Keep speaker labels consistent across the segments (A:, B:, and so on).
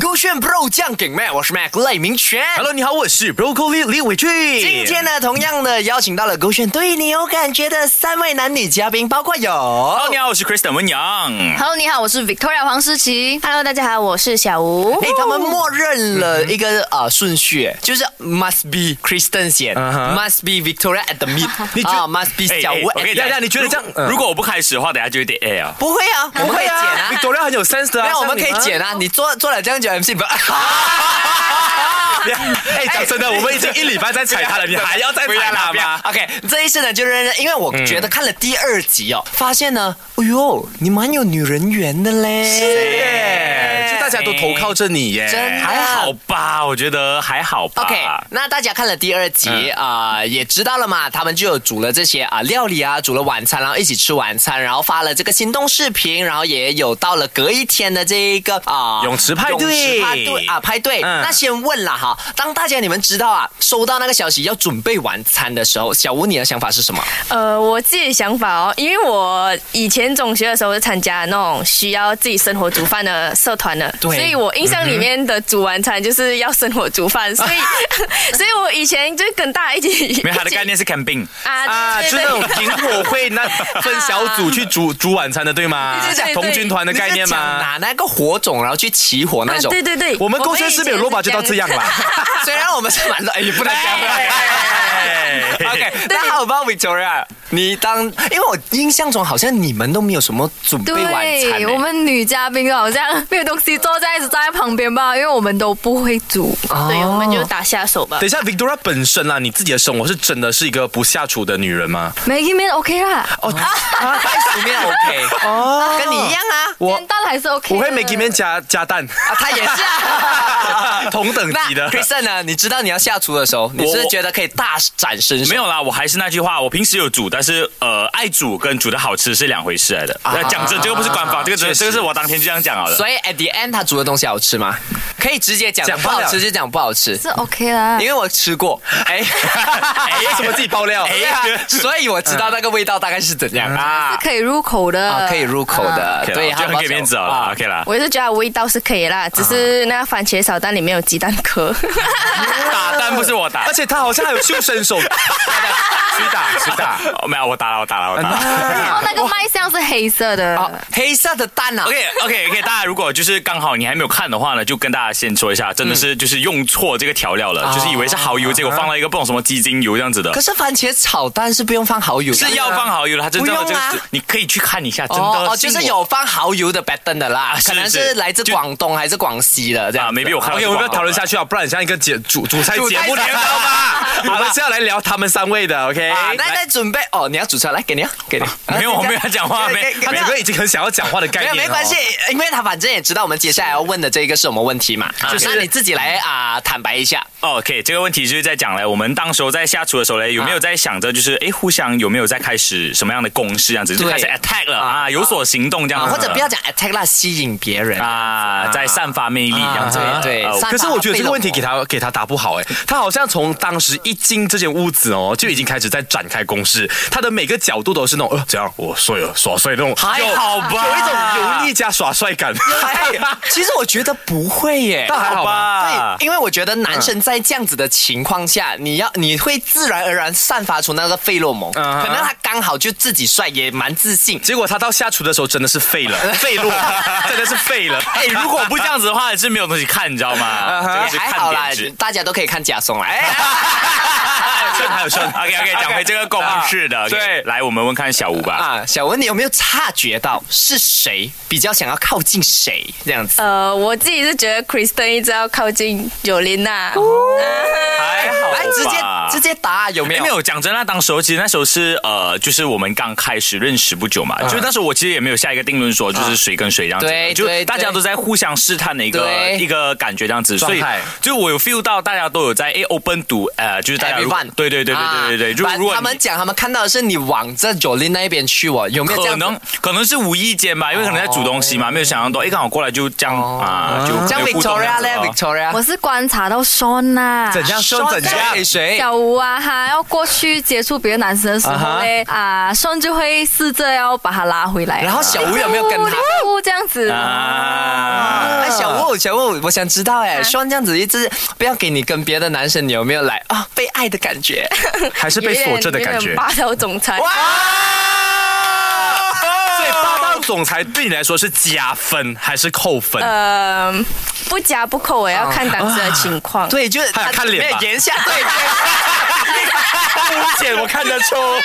A: 勾选 Bro 酱梗麦，我是 Mac 赖明全。
B: Hello，你好，我是 Broccoli 李伟俊。
A: 今天呢，同样的邀请到了勾选对你有感觉的三位男女嘉宾，包括有
B: Hello，你好，我是 Kristen 文阳。
C: Hello，你好，我是 Victoria 黄诗琪。Hello，大家好，我是小吴。
A: 哎，他们默认了一个啊顺序，就是 must be Kristen 先
B: 嗯哼
A: ，must be Victoria at the mid，
B: 你觉哎
A: 啊 must be 小吴。
B: 我跟你讲，
A: 你
B: 你觉得这样，如果我不开始的话，等下就有点 A 啊。
A: 不会啊？我们可以剪啊，
B: ，Victoria 很有 sense 的啊
A: 没有，我们可以。
B: 像你
A: 剪啊。你做做了这样久 MC 不？
B: 啊哎，讲真的，我们已经一 礼拜在踩他了，你还要再
A: 不要
B: 踩
A: 啦
B: 他
A: 不要
B: 吗？
A: OK，这一次呢，就是因为我觉得
B: 嗯
A: 看了第二集哦，发现呢，哎呦，你蛮有女人缘的嘞。
B: 哎就大家都投靠着你耶，
A: 真的
B: 还好吧？我觉得还好吧。
A: OK，那大家看了第二集啊、也知道了嘛，他们就有煮了这些啊、料理啊，煮了晚餐，然后一起吃晚餐，然后发了这个心动视频，然后也有到了隔一天的这一个啊、
B: 泳池派对
A: 泳池派对啊派对。
B: 嗯
A: 那先问了哈，当大家你们知道啊，收到那个消息要准备晚餐的时候，小吴你的想法是什么？
C: 呃，我自己的想法哦，因为我以前中学的时候是参加那种需要自己生火煮饭的社团的，
A: 对
C: 所以我印象里面的煮晚餐就是要生火煮饭，所以 所以我以前就跟大家一起，
B: 没有他的
C: 一起
B: 概念是 camping。
C: 啊
D: 啊，
C: 对
D: 就是
C: 对
D: 那种萤火会那分小组去煮煮晚餐的，对吗
C: 对对？对
D: 童军团的概念
A: 你是讲
D: 吗？
A: 拿那个火种然后去起火那
C: 啊
A: 种。
C: 对对对，
D: 我们勾选是没有落吧，就到这样
C: 了。
D: 啦。
A: 虽然我们是蛮多，哎，你不能这样。
B: 哎
A: OK，那好吧，Victoria，你当，因为我印象中好像你们都没有什么准备晚餐欸、
E: 对，我们女嘉宾都好像没有东西做，在一直站在旁边吧，因为我们都不会煮。
C: 对，我们就打下手吧
D: 等。一下，Victoria 本身啦，你自己的生活是真的是一个不下厨的女人吗？
E: Maggie 面 OK 啦，
D: 哦，
A: 袋鼠面 OK，哦，跟你一样啊，
D: 我
E: 煎蛋还是 OK。
D: 我会 Maggie 面加 加蛋，
A: 啊，他也是、啊。
D: 同等级
A: 那
D: 的
A: c。h r i s t e n 呢？你知道你要下厨的时候，你是不是
B: 我
A: 觉得可以大展身手？
B: 没有啦，我还是那句话，我平时有煮，但是呃，爱煮跟煮的好吃是两回事来的。那讲真，这个不是官方，这个真的这个是我当天就这样讲好
D: 呃
B: 了。
A: 所以 at the end 他煮的东西好吃吗？可以直接讲
D: 讲
A: 不
D: 不了
A: 好吃就讲不好吃，
E: 是 OK 啦
A: 因。为我吃 过。哎，哎
D: 为什么自己爆料？哎
A: 对啊，所以我知道那个味道大概是怎样啊。
E: 可以入口的，
A: 啊，可以入口的，
B: OK 啦
A: 对，
B: 我觉得很给面子好了、
A: 啊
B: o k 啦。
C: 我是觉得味道是可以啦，只是那番茄炒蛋里面有鸡蛋 壳。
B: 打但不是我打
D: 而，且她好像还有秀身 手，谁打谁打？
B: 哦没有我打了，我打了，我打了。
E: 然
A: 哦
E: 后那个卖相是黑色的，
A: 好，黑色的蛋啊
B: OK OK OK，大家如果就是刚好你还没有看的话呢，就跟大家先说一下，真的是就是用错这个调料了，就是以为是蚝油，结果放了一个不懂什么鸡精油这样子的
A: 可。是番茄炒蛋是不用放蚝油的，
B: 是要放蚝油的，它啊真正的
A: 不
B: 这
A: 用
B: 个
A: 啊
B: 是，你可以去看一下，真的
A: 哦哦，
B: 信
A: 就
B: 我
A: 是有放蚝油的 b a t t o n 的啦，
B: 是
A: 可能是
B: 是
A: 来自
B: 就
A: 广东还是广西的这样
B: 啊
A: 子。
B: ，maybe 我看到
D: OK，
B: 是
D: 我们不要
B: 广告
D: 讨论下去啊，不然很像一个节主主菜节目，
A: 主菜节目
D: 你知道吗？ 我们是要来聊他们三位的，OK？
A: 啊，那那准备哦，你要煮出来，来给你啊，给你啊。
B: 哎没有，我没有讲话，没
A: 给给
D: 他每个人已经很想要讲话的概
A: 没
D: 念
A: 有
D: 了哦，
A: 没关系，因为他反正也知道我们接下来要问的这个是什么问题嘛，
B: 就是
A: 那你自己来啊坦白一下。
B: 哦 OK，这个问题就是在讲嘞，我们当时候在下厨的时候嘞，有没有在想着就是，哎、互相有没有在开始什么样的攻势这样子，就
A: 对
B: 开始 attack 了啊，有所行动这样
A: 啊，
B: 子，
A: 或者不要讲 attack 啦，吸引别人。
B: 啊，在散发魅力这样子，
A: 啊对对
B: 呃
A: 散
D: 哦可是我觉得这个问题
A: 被
D: 给
A: 冷
D: 他给他答不好哎，他好像从当时一进这间屋子哦，就已经开始在展开攻势，他的每个角度都是那种呃，怎样我帅了耍帅那种，
B: 还
D: 有
B: 好吧
D: 有一种油 腻加耍帅感，
A: 哎 其实我觉得不会耶，
D: 那还好吧？
B: 吧
A: 对，因为我觉得男生在这样子的情况下，你要你会自然而然散发出那个费洛蒙，
D: 嗯
A: 可能他刚好就自己帅，也蛮自信。
D: 结果他到下厨的时候真的是废了，废落， 真的是废了。
B: 哎、如果不这样子的话，是没有东西看，你知道 吗？这
A: 哎
B: 个是
A: 还
B: 看
A: 好啦
B: 点值，。
A: 大家都可以看假松啦。哎，
B: 顺还有顺，OK OK，讲回这个公式的，对，来，我们问看小吴吧。
A: 啊，小文，你有没有察觉到是谁比较想要靠近谁这样子？
C: 呃，我自己是觉得 Kristen 一直要靠近 Yolina，、
A: 哦
B: 还好吧，
A: 来，哎直接直接答有没
B: 哎，
A: 有？
B: 没有，讲真那当时候其实那时候是呃，就是我们刚开始认识不久嘛，就是那时候我其实也没有下一个定论说就是谁跟谁这样子
A: 嗯
B: 的，
A: 对
B: 就
A: 对
B: 大家都在互相试探的一个
A: 对
B: 一个感觉这样子，所以
D: 状态
B: 就我有 feel 到大家都有在哎 open to 呃，就是大家如
A: Everyone
B: 对对对
A: 啊
B: 对对对对，就
A: 反
B: 如果
A: 他们
B: 你
A: 讲，他们看到的是你往这 Jolin 那一边去哦，有没有这
B: 可
A: 样子？哦
B: 能可能是无意间吧，因为可能在煮东西嘛，没有想象到，哎，刚好过来就这样啊，就
A: 像
B: 有互动这
A: Victoria
B: 样子
A: 嘞
B: 哦
A: ，Victoria，
E: 我是观察到 Sean 呐、
D: 怎样
A: Sean
D: 怎样
A: 给谁？
E: 小吴啊，他要过去接触别的男生的时候嘞，啊，顺就会试着要把他拉回来。啊
A: 然后小吴有没有跟他？
E: 呜这样子，
B: 啊
A: 哎，小吴，小吴，我想知道哎，希望这样子一直不要给你跟别的男生，你有没有来啊被爱的感觉？
D: 还是被锁着的感
C: 有点
D: 觉？
C: 霸道总裁。
D: 所以霸道总裁对你来说是加分还是扣分？
C: 呃，不加不扣，我要看当时的情况。
A: 啊对，就是
D: 还有看脸吧
A: 没有言下 对言下。
D: 肤浅，我看得出。
A: 啊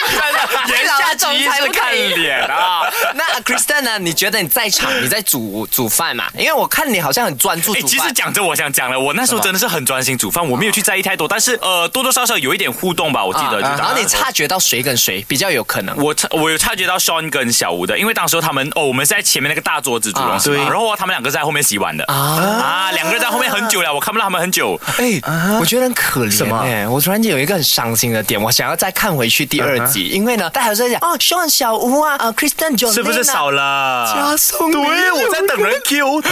B: 言下之意是看脸啊。
A: 那呃 Kristen 呢？你觉得你在场，你在煮煮饭嘛？因为我看你好像很专注
B: 哎、
A: 煮
B: 其实
A: 饭。
B: 讲着我想讲了，我那时候真的是很专心煮饭，我没有去在意太多，但是呃，多多少少有一点互动吧，我记得。就
A: 啊然后你
B: 差
A: 察觉到谁跟谁比较有可能？
B: 我察我有察觉到 Sean 跟小吴的，因为当时候他们哦，我们是在前面那个大桌子煮
A: 啊
B: 东西嘛，
D: 对
B: 然后他们两个在后面洗碗的啊，两个人在后面很久了，我看不到他们很久。
A: 哎、我觉得很可怜、欸。
D: 啊什么
A: 我突然间有一个很伤心的点，我想要再看回去第二集，因为呢，大家都在讲哦，Sean 小吴啊，啊，Kristen j o l
D: 啊是不是少了？
A: 加送礼？
D: 对，我在 等人 Q 他。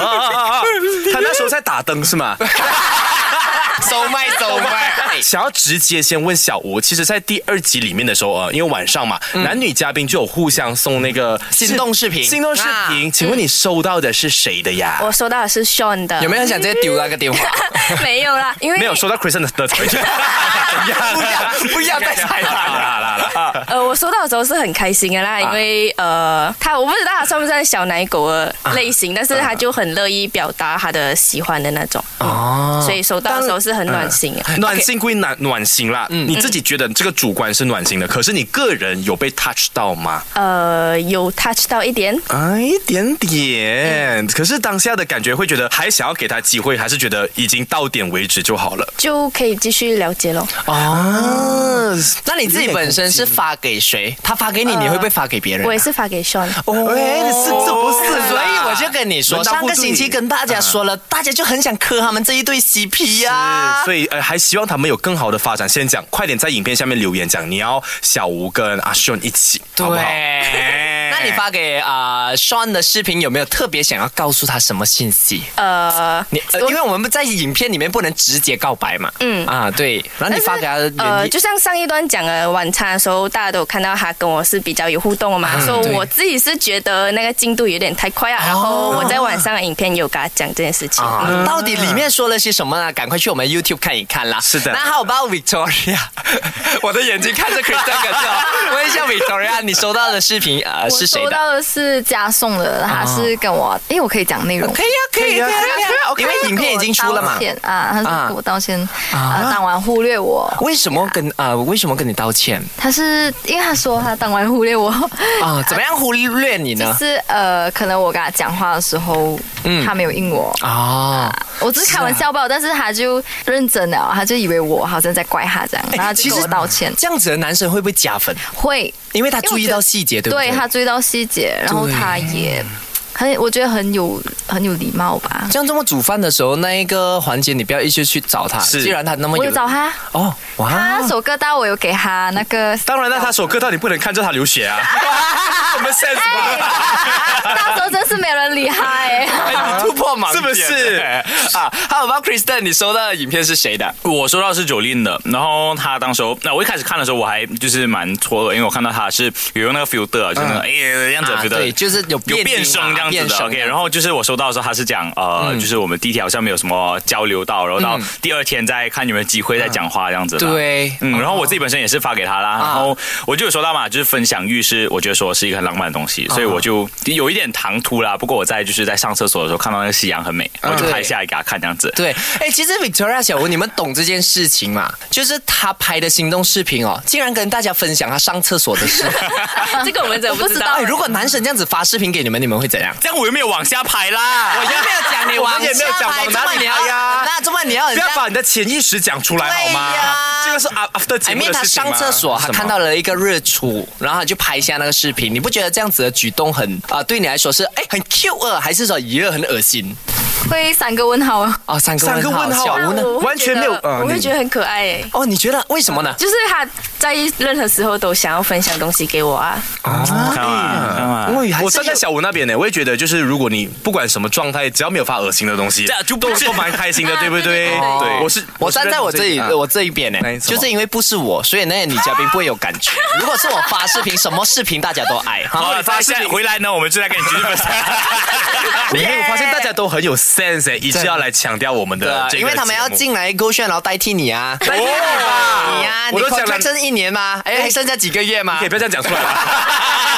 D: 他那时候在打灯是吗？
A: 收麦收麦。
D: 想要直接先问小吴，其实，在第二集里面的时候，呃，因为晚上嘛，男女嘉宾就有互相送那个
A: 嗯心动视频啊
D: 心动视频，请问你收到的是谁的呀？
C: 我收到的是 Sean 的，
A: 有没有人想直接丢那个电话？
C: 没有 啦，因为
D: 没有收到 Kristen 的腿。
A: 不要不要再猜
B: 太 啦
A: 他了。
B: 啦啦啦！
C: 呃，我收到的时候是很开心的
A: 啊
C: 啦，因为、呃，他我不知道他算不算小奶狗的类型，
A: 啊
C: 但是他就很乐意表达他的喜欢的那种，哦、所以收到的时候是很暖心的。
D: 暖心归暖暖心啦，
A: 嗯
D: 你自己觉得这个主观是暖心的，可是你个人有被 touch 到吗？
C: 呃，有 touch 到一点，
D: 啊，一点点。可是当下的感觉会觉得还想要给他机会，还是觉得已经到点为止就好了
C: 就可以继续了解咯。
D: 啊？
A: 那你自己本身是发给谁？他发给你，你会不会发给别人啊？
C: 我也是发给 Sean，
A: 哦
D: 哎你是这不是啦
A: 所以我就跟你说，
D: 轮到
A: 上
D: 部队
A: 个星期跟大家说了，大家就很想磕他们这一对 CP 啊。
D: 所以呃，还希望他们有更好的发展。先讲，快点在影片下面留言讲，你要小吴跟阿炫一起，好不好？
A: 对，那你发给啊、呃 Sean 的视频有没有特别想要告诉他什么信息？
C: 呃，
A: 你、呃、
C: 我
A: 因为我们在影片里面不能直接告白嘛。嗯啊，对。然后你发给他的原因，
C: 呃，就像上一段讲的晚餐的时候，大家都有看到他跟我是比较有互动的嘛，所以
A: 嗯对哦
C: 我自己是觉得那个进度有点太快啊。然后我在晚上的影片有跟他讲这件事情。
A: 啊到底里面说了些什么呢？赶快去我们 YouTube 看一看啦。
D: 是的
A: 那还有包括 Victoria，我 的眼睛看着 Kristen 可是哦。 问一下 Victoria，你收到的视频呃
E: 我
A: 是谁
E: 收
A: 的？
E: 到的是加送的，他是跟我，因为我可以讲内容。
A: 可以啊，可以啊，可以啊，可以啊因为影片已经出了嘛
E: 道。歉啊，他是跟我道歉，啊，当晚忽略我。
A: 为什么跟啊、为什么跟你道歉
E: 他是因为他说他当晚忽略我，
A: 啊、怎么样忽略你
E: 就
A: 呢？
E: 是呃，可能我跟他讲话的时候，
A: 嗯
E: 他没有应我，
A: 哦，
E: 我只是开
D: 啊
E: 玩笑吧，但是他就认真了，他就以为我好像在怪他这样，
D: 哎
E: 然后他
A: 其
E: 就
A: 实
E: 跟我道歉。
A: 这样子的男生会不会加分？
E: 会，
A: 因为他注意到细节，对不对？
E: 对他注意到细节，然后他也很，我觉得很有很有礼貌吧。
A: 像这么煮饭的时候，那一个环节你不要一直去找他，
D: 是
A: 既然他那么
E: 我有找他，啊
A: 哦，
E: 他
A: 哇
E: 那，首歌单我有给他那个，
D: 啊当然了， 他首歌到底不能看着他流血啊，
A: 哎
D: 什么 sense 吧？
E: 那时候真是没人理他哎、
A: 哎你突破盲
D: 是不是
A: 点 啊？还有包括 Kristen，你收到的影片是谁的？
B: 我收到的是九令的，然后他当时候，那我一开始看的时候我还就是蛮错愕，因为我看到他是有用那个 filter，啊就是那个哎、这样子的
A: 啊
B: filter，、
A: 对，就是有
B: 有变
A: 音
B: 声
A: 嘛
B: 这样
A: 变
B: 子的
A: 声啊
B: ，OK。然后就是我收到的时候，他是讲呃，就是我们第一天好像没有什么交流到，然后到第二天再看有没有机会再讲话这样子的。
A: 对
B: 嗯，然后我自己本身也是发给他啦，然后我就有说到嘛，就是分享欲是我觉得说是一个很浪漫的东西，所以我就有一点唐突啦。不过我在就是在上厕所的时候看到那个夕阳很美，我就
A: 对
B: 拍下来给他看这样子。
A: 对，哎，其实 Victoria 小吴，你们懂这件事情吗？就是他拍的行动视频哦，竟然跟大家分享他上厕所的 事。
C: 这个我们怎么不知道
A: 哎，？如果男神这样子发视频给你们，你们会怎样？
B: 这样我又没有往下拍啦，
A: 我就没有讲你往
D: 我们也没有讲往哪里拍呀
A: 那这么你要很
D: 不要把你的潜意识讲出来好吗
A: 对呀？
D: 这个是 af- after 节
A: 前
D: 目
A: 面
D: 的
A: 他
D: 事情吗
A: 上厕所，他
D: 什么
A: 看到了一个日出，然后他就拍下那个视频。你不觉得这样子的举动很啊、对你来说是哎很 cute 啊，还是说也很恶心？
E: 会三个问号啊。
A: 哦，三个问号，
D: 三个问号
A: 小吴呢？
C: 我会
D: 完全
C: 觉得
D: 没有啊
C: 我会
D: 你
C: 觉得很可爱诶。
A: 哦，你觉得为什么呢？
C: 就是他在任何时候都想要分享东西给我啊，
B: 看嘛看嘛，
A: 我以为还是
D: 我站在小吴那边呢，我也觉得就是如果你不管什么状态，只要没有发恶心的东西，
B: 就
D: 都都蛮开心的，对不哎对？
A: 哎
C: 啊对对对
D: 我是
A: 我站在我这里，
D: 啊
A: 我这一边呢
D: 那，你怎么
A: 就是因为不是我，所以那些女嘉宾不会有感觉。 如果是我发视频，什么视频大家都爱。哈
B: 好，发现回来呢，我们就来跟你继续分享。
D: 你没有发现大 家都很有 sense，欸一直要来强调我们
A: 对
D: 的
A: 啊，
D: 呃这个节
A: 因
D: 目，
A: 为他们要进来勾选，然后代替你 啊，代替
D: 你吧
A: 你呀，
D: 啊我
A: 你
D: 都讲了
A: contract 剩一年吗？哎，还剩下几个月吗
D: 可以？不要这样讲出 来吧。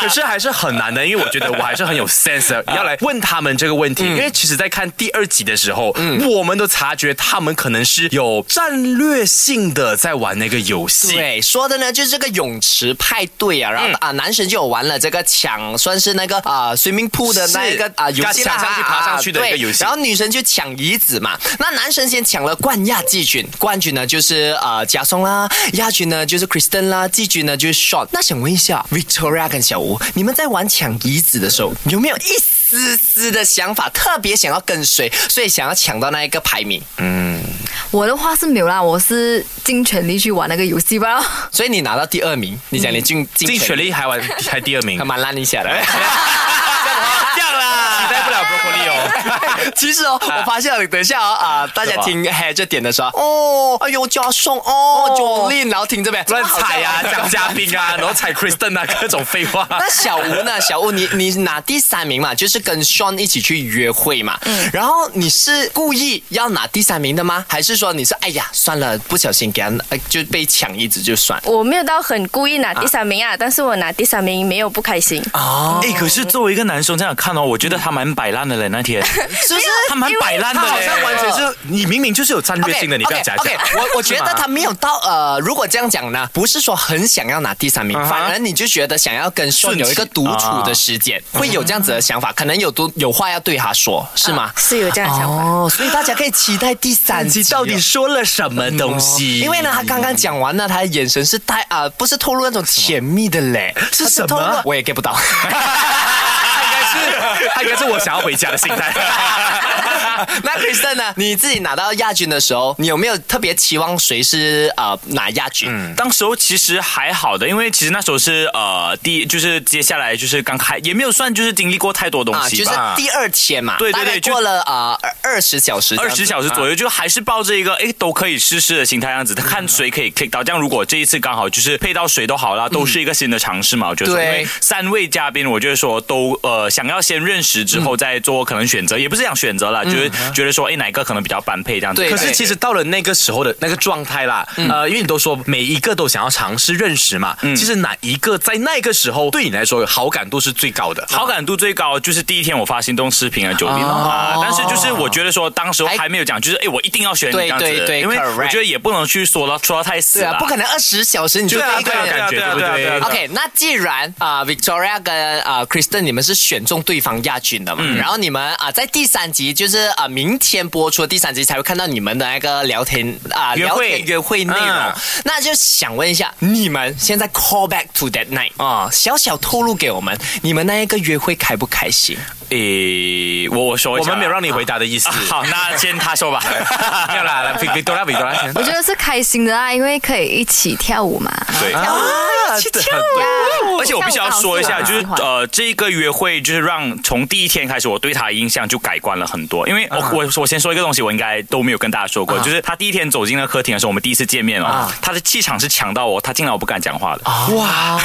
D: 可是还是很难的，因为我觉得我还是很有 sense 的，要来问他们这个问题。
A: 嗯
D: 因为其实，在看第二集的时候，我们都察觉他们可能是有战略性的在玩那个游戏。嗯
A: 对，说的呢就是这个泳池派对啊，然后、啊，男神就有玩了这个抢，算是那个啊、swimming pool 的那一个
D: 是
A: 啊、游戏啦，
D: 抢上去
A: 啊
D: 爬上去的一个
A: 对
D: 游戏
A: 然后女神就抢椅子嘛，那男神先抢了冠亚季军，冠军呢就是呃加松啦，亚军呢就是 Kristen 啦，季军呢就是 Sean。那想问一下 Victoria 跟小吴，你们在玩抢椅子的时候有没有一丝丝的想法，特别想要跟随，所以想要抢到那一个排名？
E: 我的话是没有啦，我是尽全力去玩那个游戏吧。
A: 所以你拿到第二名，你讲你进
D: 嗯进
A: 全
D: 全力还玩排第二名
A: 还，蛮烂一下 的。
D: 啊这样啦，期待不了 broccoli 哦。
A: 其实哦，我发现了，等一下哦啊、大家
D: 什么
A: 听嘿这点的时候，哦，哎呦，加送哦 j o l i n 然后听这边
D: 乱踩 呀、
A: 这
D: 讲
A: 样
D: 嘉宾 啊，然后踩 Kristen 啊，各种废 话。
B: 哎
A: 那小吴呢？小吴你，你拿第三名嘛，就是跟 Sean 一起去约会嘛。然后你是故意要拿第三名的吗？还是说你是哎呀算了，不小心给他呃就被抢一直就算？
C: 我没有到很故意拿第三名啊，但是我拿第三名没有不开心，
A: 哦
D: 哦
B: 哎，可是作为一个男生这样看哦，我觉得他蛮摆烂的嘞，那 天
A: 是不是？
B: 他蛮摆烂的
D: 他好
B: 嘞。
D: 像完全是你明明就是有战略性的，你不要假
A: o k
D: 讲
A: o。k 我我觉得
D: 是吗
A: 他没有到呃，如果这样讲呢，不是说很想要拿第三名
D: 啊哈
A: 反而你就觉得想要跟顺
D: 顺其
A: 有一个独处的时间，会有这样子的想法，可能有多有话要对他说，是
E: 啊
A: 吗？
C: 是有这样的啊想法。
A: 哦，所以大家可以期待第三集啊
D: 到底说了什么 东西？
A: 因为呢，他刚刚讲完呢，他的眼神是带啊、不是透露那种甜蜜的嘞，
D: 是
A: 他
D: 什么
A: 透露我也 get 不 到。
D: 他应该是他应该是我想要回家的心 态。
A: 那 Kristen 呢？你自己拿到亚军的时候，你有没有特别期望谁是呃拿亚军？
B: 当时候其实还好的，因为其实那时候是呃第就是接下来就是刚开，也没有算就是经历过太多东
A: 啊，就
B: 西
A: 是
B: 吧。
A: 第二天嘛，
B: 对对对
A: 大概
B: 就
A: 过了啊二十小时这
B: 二
A: 样子，
B: 十小时左右，就还是抱着一个哎都可以试试的心态，这样子看谁可以 kick 到。这样如果这一次刚好就是配到谁都好啦，都是一个新的尝试嘛。我觉得说，
A: 对
B: 因为三位嘉宾，我就是说都呃想要先认识之
A: 嗯
B: 后再做可能选择，也不是想选择啦，就是觉得说哎哪一个可能比较般配这样子。
A: 对
D: 可是其实到了那个时候的那个状态啦，
B: 嗯
D: 呃，因为你都说每一个都想要尝试认识嘛，其实哪一个在那个时候对你来说好感度是最高的？
B: 好感度最高就是第一天我发行动视频啊，九零啊，
A: 哦
B: 但是就是我觉得说当时候还没有讲，就是哎，我一定要选你这样子，
A: 对对对
B: 因为
A: correct
B: 我觉得也不能去说到说到太死
A: 对啊
B: 了，，
A: 不可能二十小时你就
B: 对啊
A: 被一个
B: 对啊
A: 人
B: 对。啊对啊对啊对啊对啊
A: OK，那既然啊、Victoria 跟啊、Kristen 你们是选中对方亚军的嘛，
B: 嗯
A: 然后你们啊、在第三集就是啊、明天播出的第三集才会看到你们的那个聊天啊、
B: 约
A: 聊
B: 会
A: 天约会内容，
D: 嗯
A: 那就想问一下你们现在 call back to that night 啊、小小透露给我们，你们那一个约会开不开心？
B: 诶，我我说一
D: 我
B: 下
D: 们没有让你回答的意思。
B: 啊好， 那先他 说吧，
D: 没有啦，来，比比多拉比多拉先。
E: 我觉得是开心的啦，因为可以一起跳舞嘛。
B: 对。
D: 啊，对
B: 而且我必须要说一
E: 跳
B: 下，
E: 舞
B: 就是
E: 蹈是我很喜欢
B: 呃，这一个约会就是让从第一天开始，我对他的印象就改观了很多。因为我、
A: 啊
B: 我我先说一个东西，我应该都没有跟大家说过，就是他第一天走进那客厅的时候，我们第一次见面哦，
A: 啊
B: 他的气场是强到我，他进来我不敢讲话的。
A: 哇，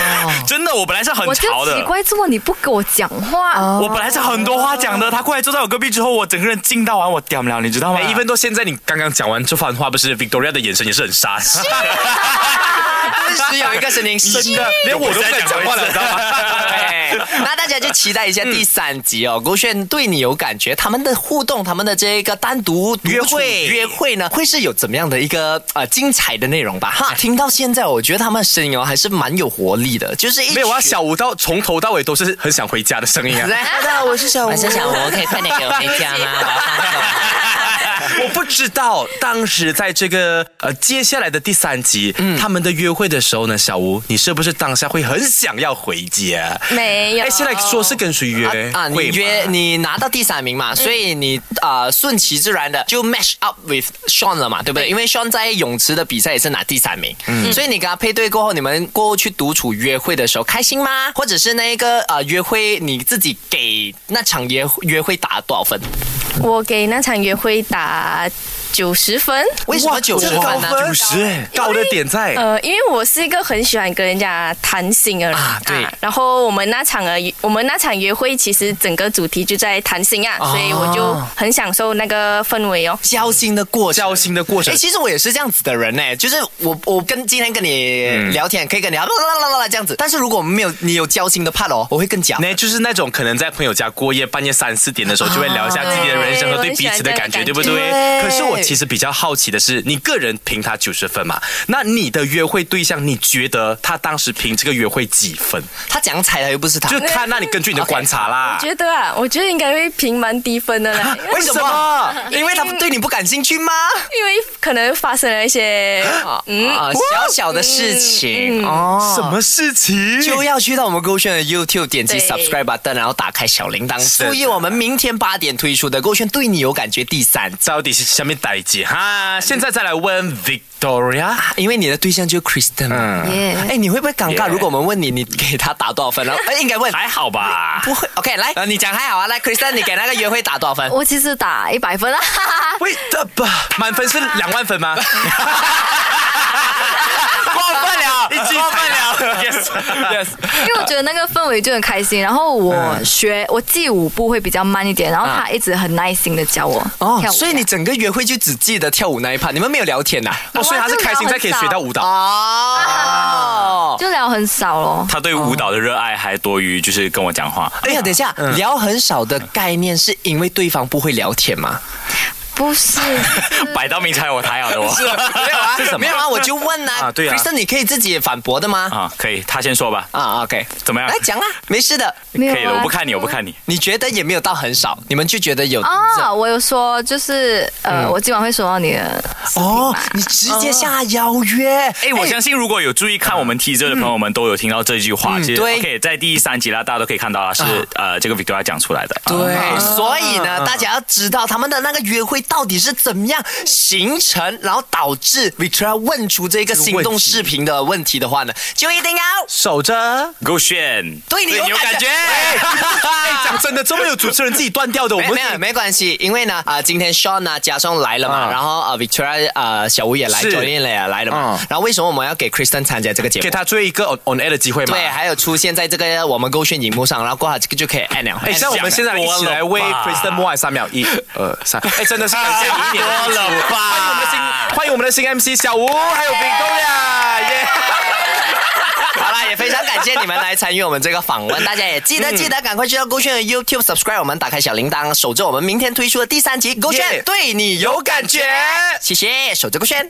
B: 真的，我本来是很
E: 我就
B: 潮
E: 奇
B: 的。
E: 怪，怎么你不跟我讲话？
B: 我本来是很多话讲的，他过来坐在我隔壁之后，我整个人静到完，我屌不了，你知道吗？
D: 哎，even 到现在你刚刚讲完这番话，不是 Victoria 的眼神也是很杀气，
A: 顿时有一个声音，
D: 真的，连我都不敢讲话了，你 知道吗？
A: 对，那大家就期待一下第三集哦。郭炫对你有感觉，他们的互动，他们的这个单独
D: 约
A: 独
D: 会
A: 处约会呢，会是有怎么样的一个呃精彩的内容吧？哈，听到现在，我觉得他们的声音哦还是蛮有活力的，就是一
D: 没有啊，
A: 群
D: 小吴到从头到尾都是很想回家的声音 啊。
A: 来，大家好，我是小吴，我是小吴，可以快点给我回家吗？
D: 我不直到当时在这个呃接下来的第三集，他们的约会的时候呢，小吴，你是不是当下会很想要回家？
C: 没有。
D: 哎，现在说是跟谁约
A: 啊，你
D: 会吗
A: 约你拿到第三名嘛，所以你啊顺其自然的就 match up with Sean 了嘛，对不对？因为 Sean 在泳池的比赛也是拿第三名，
D: 嗯
A: 所以你跟他配对过后，你们过后去独处约会的时候开心吗？或者是那一个呃约会你自己给那场约约会打多少分？
C: 我给那场约会打九十分。
A: 为什么九十
D: 这高
A: 分呢？
D: 分，十哎，高的点在
C: 呃，因为我是一个很喜欢跟人家谈心的人
A: 啊对
C: 然后我们那场的我们那场约会，其实整个主题就在谈心
E: 哦
C: 啊，所以我就很享受那个氛围哦。
A: 交心的过程。
D: 交心的过
A: 哎、
D: 程。
A: 其实我也是这样子的人呢、就是我我跟今天跟你聊
D: 嗯
A: 天，可以跟你啊啦啦啦啦啦这样子，但是如果没有你有交心的 part 哦，我会更假。
D: 那就是那种可能在朋友家过夜，半夜三四点的时候就会聊一下自己的人生和对彼此的感觉，对
C: 对
D: 不对？
A: 啊对
D: 可是我其实比较好奇的是，你个人评他九十分嘛？那你的约会对象，你觉得他当时评这个约会几分？
A: 他讲踩他又不是他，
D: 就看那你根据你的观 察啦。
C: 觉得啊，我觉得应该会评蛮低分的 啦，
A: 为什么？因为他对你不感兴趣吗？
C: 因为可能发生了 一些嗯
A: 啊，小小的事情哦，
D: 什么事情？
A: 就要去到我们勾选的 YouTube 点击
C: 对
A: Subscribe button，然后打开小铃铛，
D: 是的
A: 注意我们明天八点推出的勾选对你有感觉第三集，
D: 到底是下面代几哈？现在再来问 Victoria，
A: 因为你的对象就是 Kristen 嘛。
E: 耶
A: 哎，你会不会尴尬？
B: Yeah
A: 如果我们问你，你给他打多少分？然后哎，应该问
B: 还好吧？
A: 不会。OK，来，呃你讲还好啊。来，Kristen，你给那个约会打多少分？
E: 我其实打一百分啊， 哈哈哈
D: 喂，呃不，满分
A: 啊
D: 是两万分 吗？
A: 过分了，
D: 一啊起
A: 过分了。
D: 了，yes yes。
E: 因为我觉得那个氛围就很开心。然后我
C: 嗯
E: 学我记舞步会比较慢一点，然后他一直很耐心的教我
A: 哦
E: 跳，舞
A: 所以你整个约会就只记得跳舞那一 part，你们没有聊天啊呐、
D: 哦，所以他是开心才可以学到舞蹈。
A: 哦，
E: 就聊很少咯。
B: 他对舞蹈的热爱还多于就是跟我讲话。
A: 哎呀，等一下，聊很少的概念是因为对方不会聊天吗？
E: 不 是，
A: 嗯
B: 摆到明才我抬好的我。
A: 没有啊，没有啊， 我就问啊，
D: 啊对啊
A: Kristen，你可以自己反驳的吗？
B: 啊，可以，他先说吧。
A: 啊，OK，
B: 怎么样
A: 来讲啊，没事的。
E: 没有啊
B: 可以的，我不看你，我不看你。
A: 你觉得也没有到很少，你们就觉得有
C: 哦
E: 啊，我有说就是
C: 嗯
E: 呃，我今晚会收到你的视频
C: 哦
E: 嘛。
A: 哦你直接下邀约，
B: 哎，我相信如果有注意看我们 T 这的朋友们，都有听到这句话。
A: 嗯
B: 其实
A: 对啊
B: OK，在第三集啦，大家都可以看到啦，是呃这个 Victoria 讲出来的。嗯
A: 对，所以呢，大家要知道他们的那个约会到底是怎么样形成，然后导致 Victoria 问出这个行动视频的问题的话呢，就一 定要
D: 守着。
B: Go 炫，
A: 对你有感觉
D: 哎，讲真的，这么有主持人自己断掉的，我
A: 没
D: 们
A: 没有没关系，因为呢啊、今天 Sean 呢、加上来了嘛，
D: 啊
A: 然后啊、Victoria 啊、小吴也来
D: 是
A: ，Jolin 也来了嘛，
D: 嗯
A: 然后为什么我们要给 Kristen 参加这个节
D: 给
A: 目？
D: 他最一个 on on air 的机会嘛。
A: 对，还有出现在这个我们勾选荧幕上，然后过好这个就可以按了。
D: 哎，像我们 现在一起来为 Kristen 默哀三秒，一、二、三。哎，真的是感谢 你一年
B: 多了吧
D: 欢
A: 哎
D: 迎我们的新，欢迎我们的新 MC 小吴，还有 Victoria，耶！
A: 好啦，也非常感谢你们来参与我们这个访问，大家也记得
D: 嗯
A: 记得赶快去到勾选的 YouTube subscribe，我们打开小铃铛，守着我们明天推出的第三集勾选
D: Yeah
A: 对你有
D: 有感觉。
A: 谢谢，守着勾选。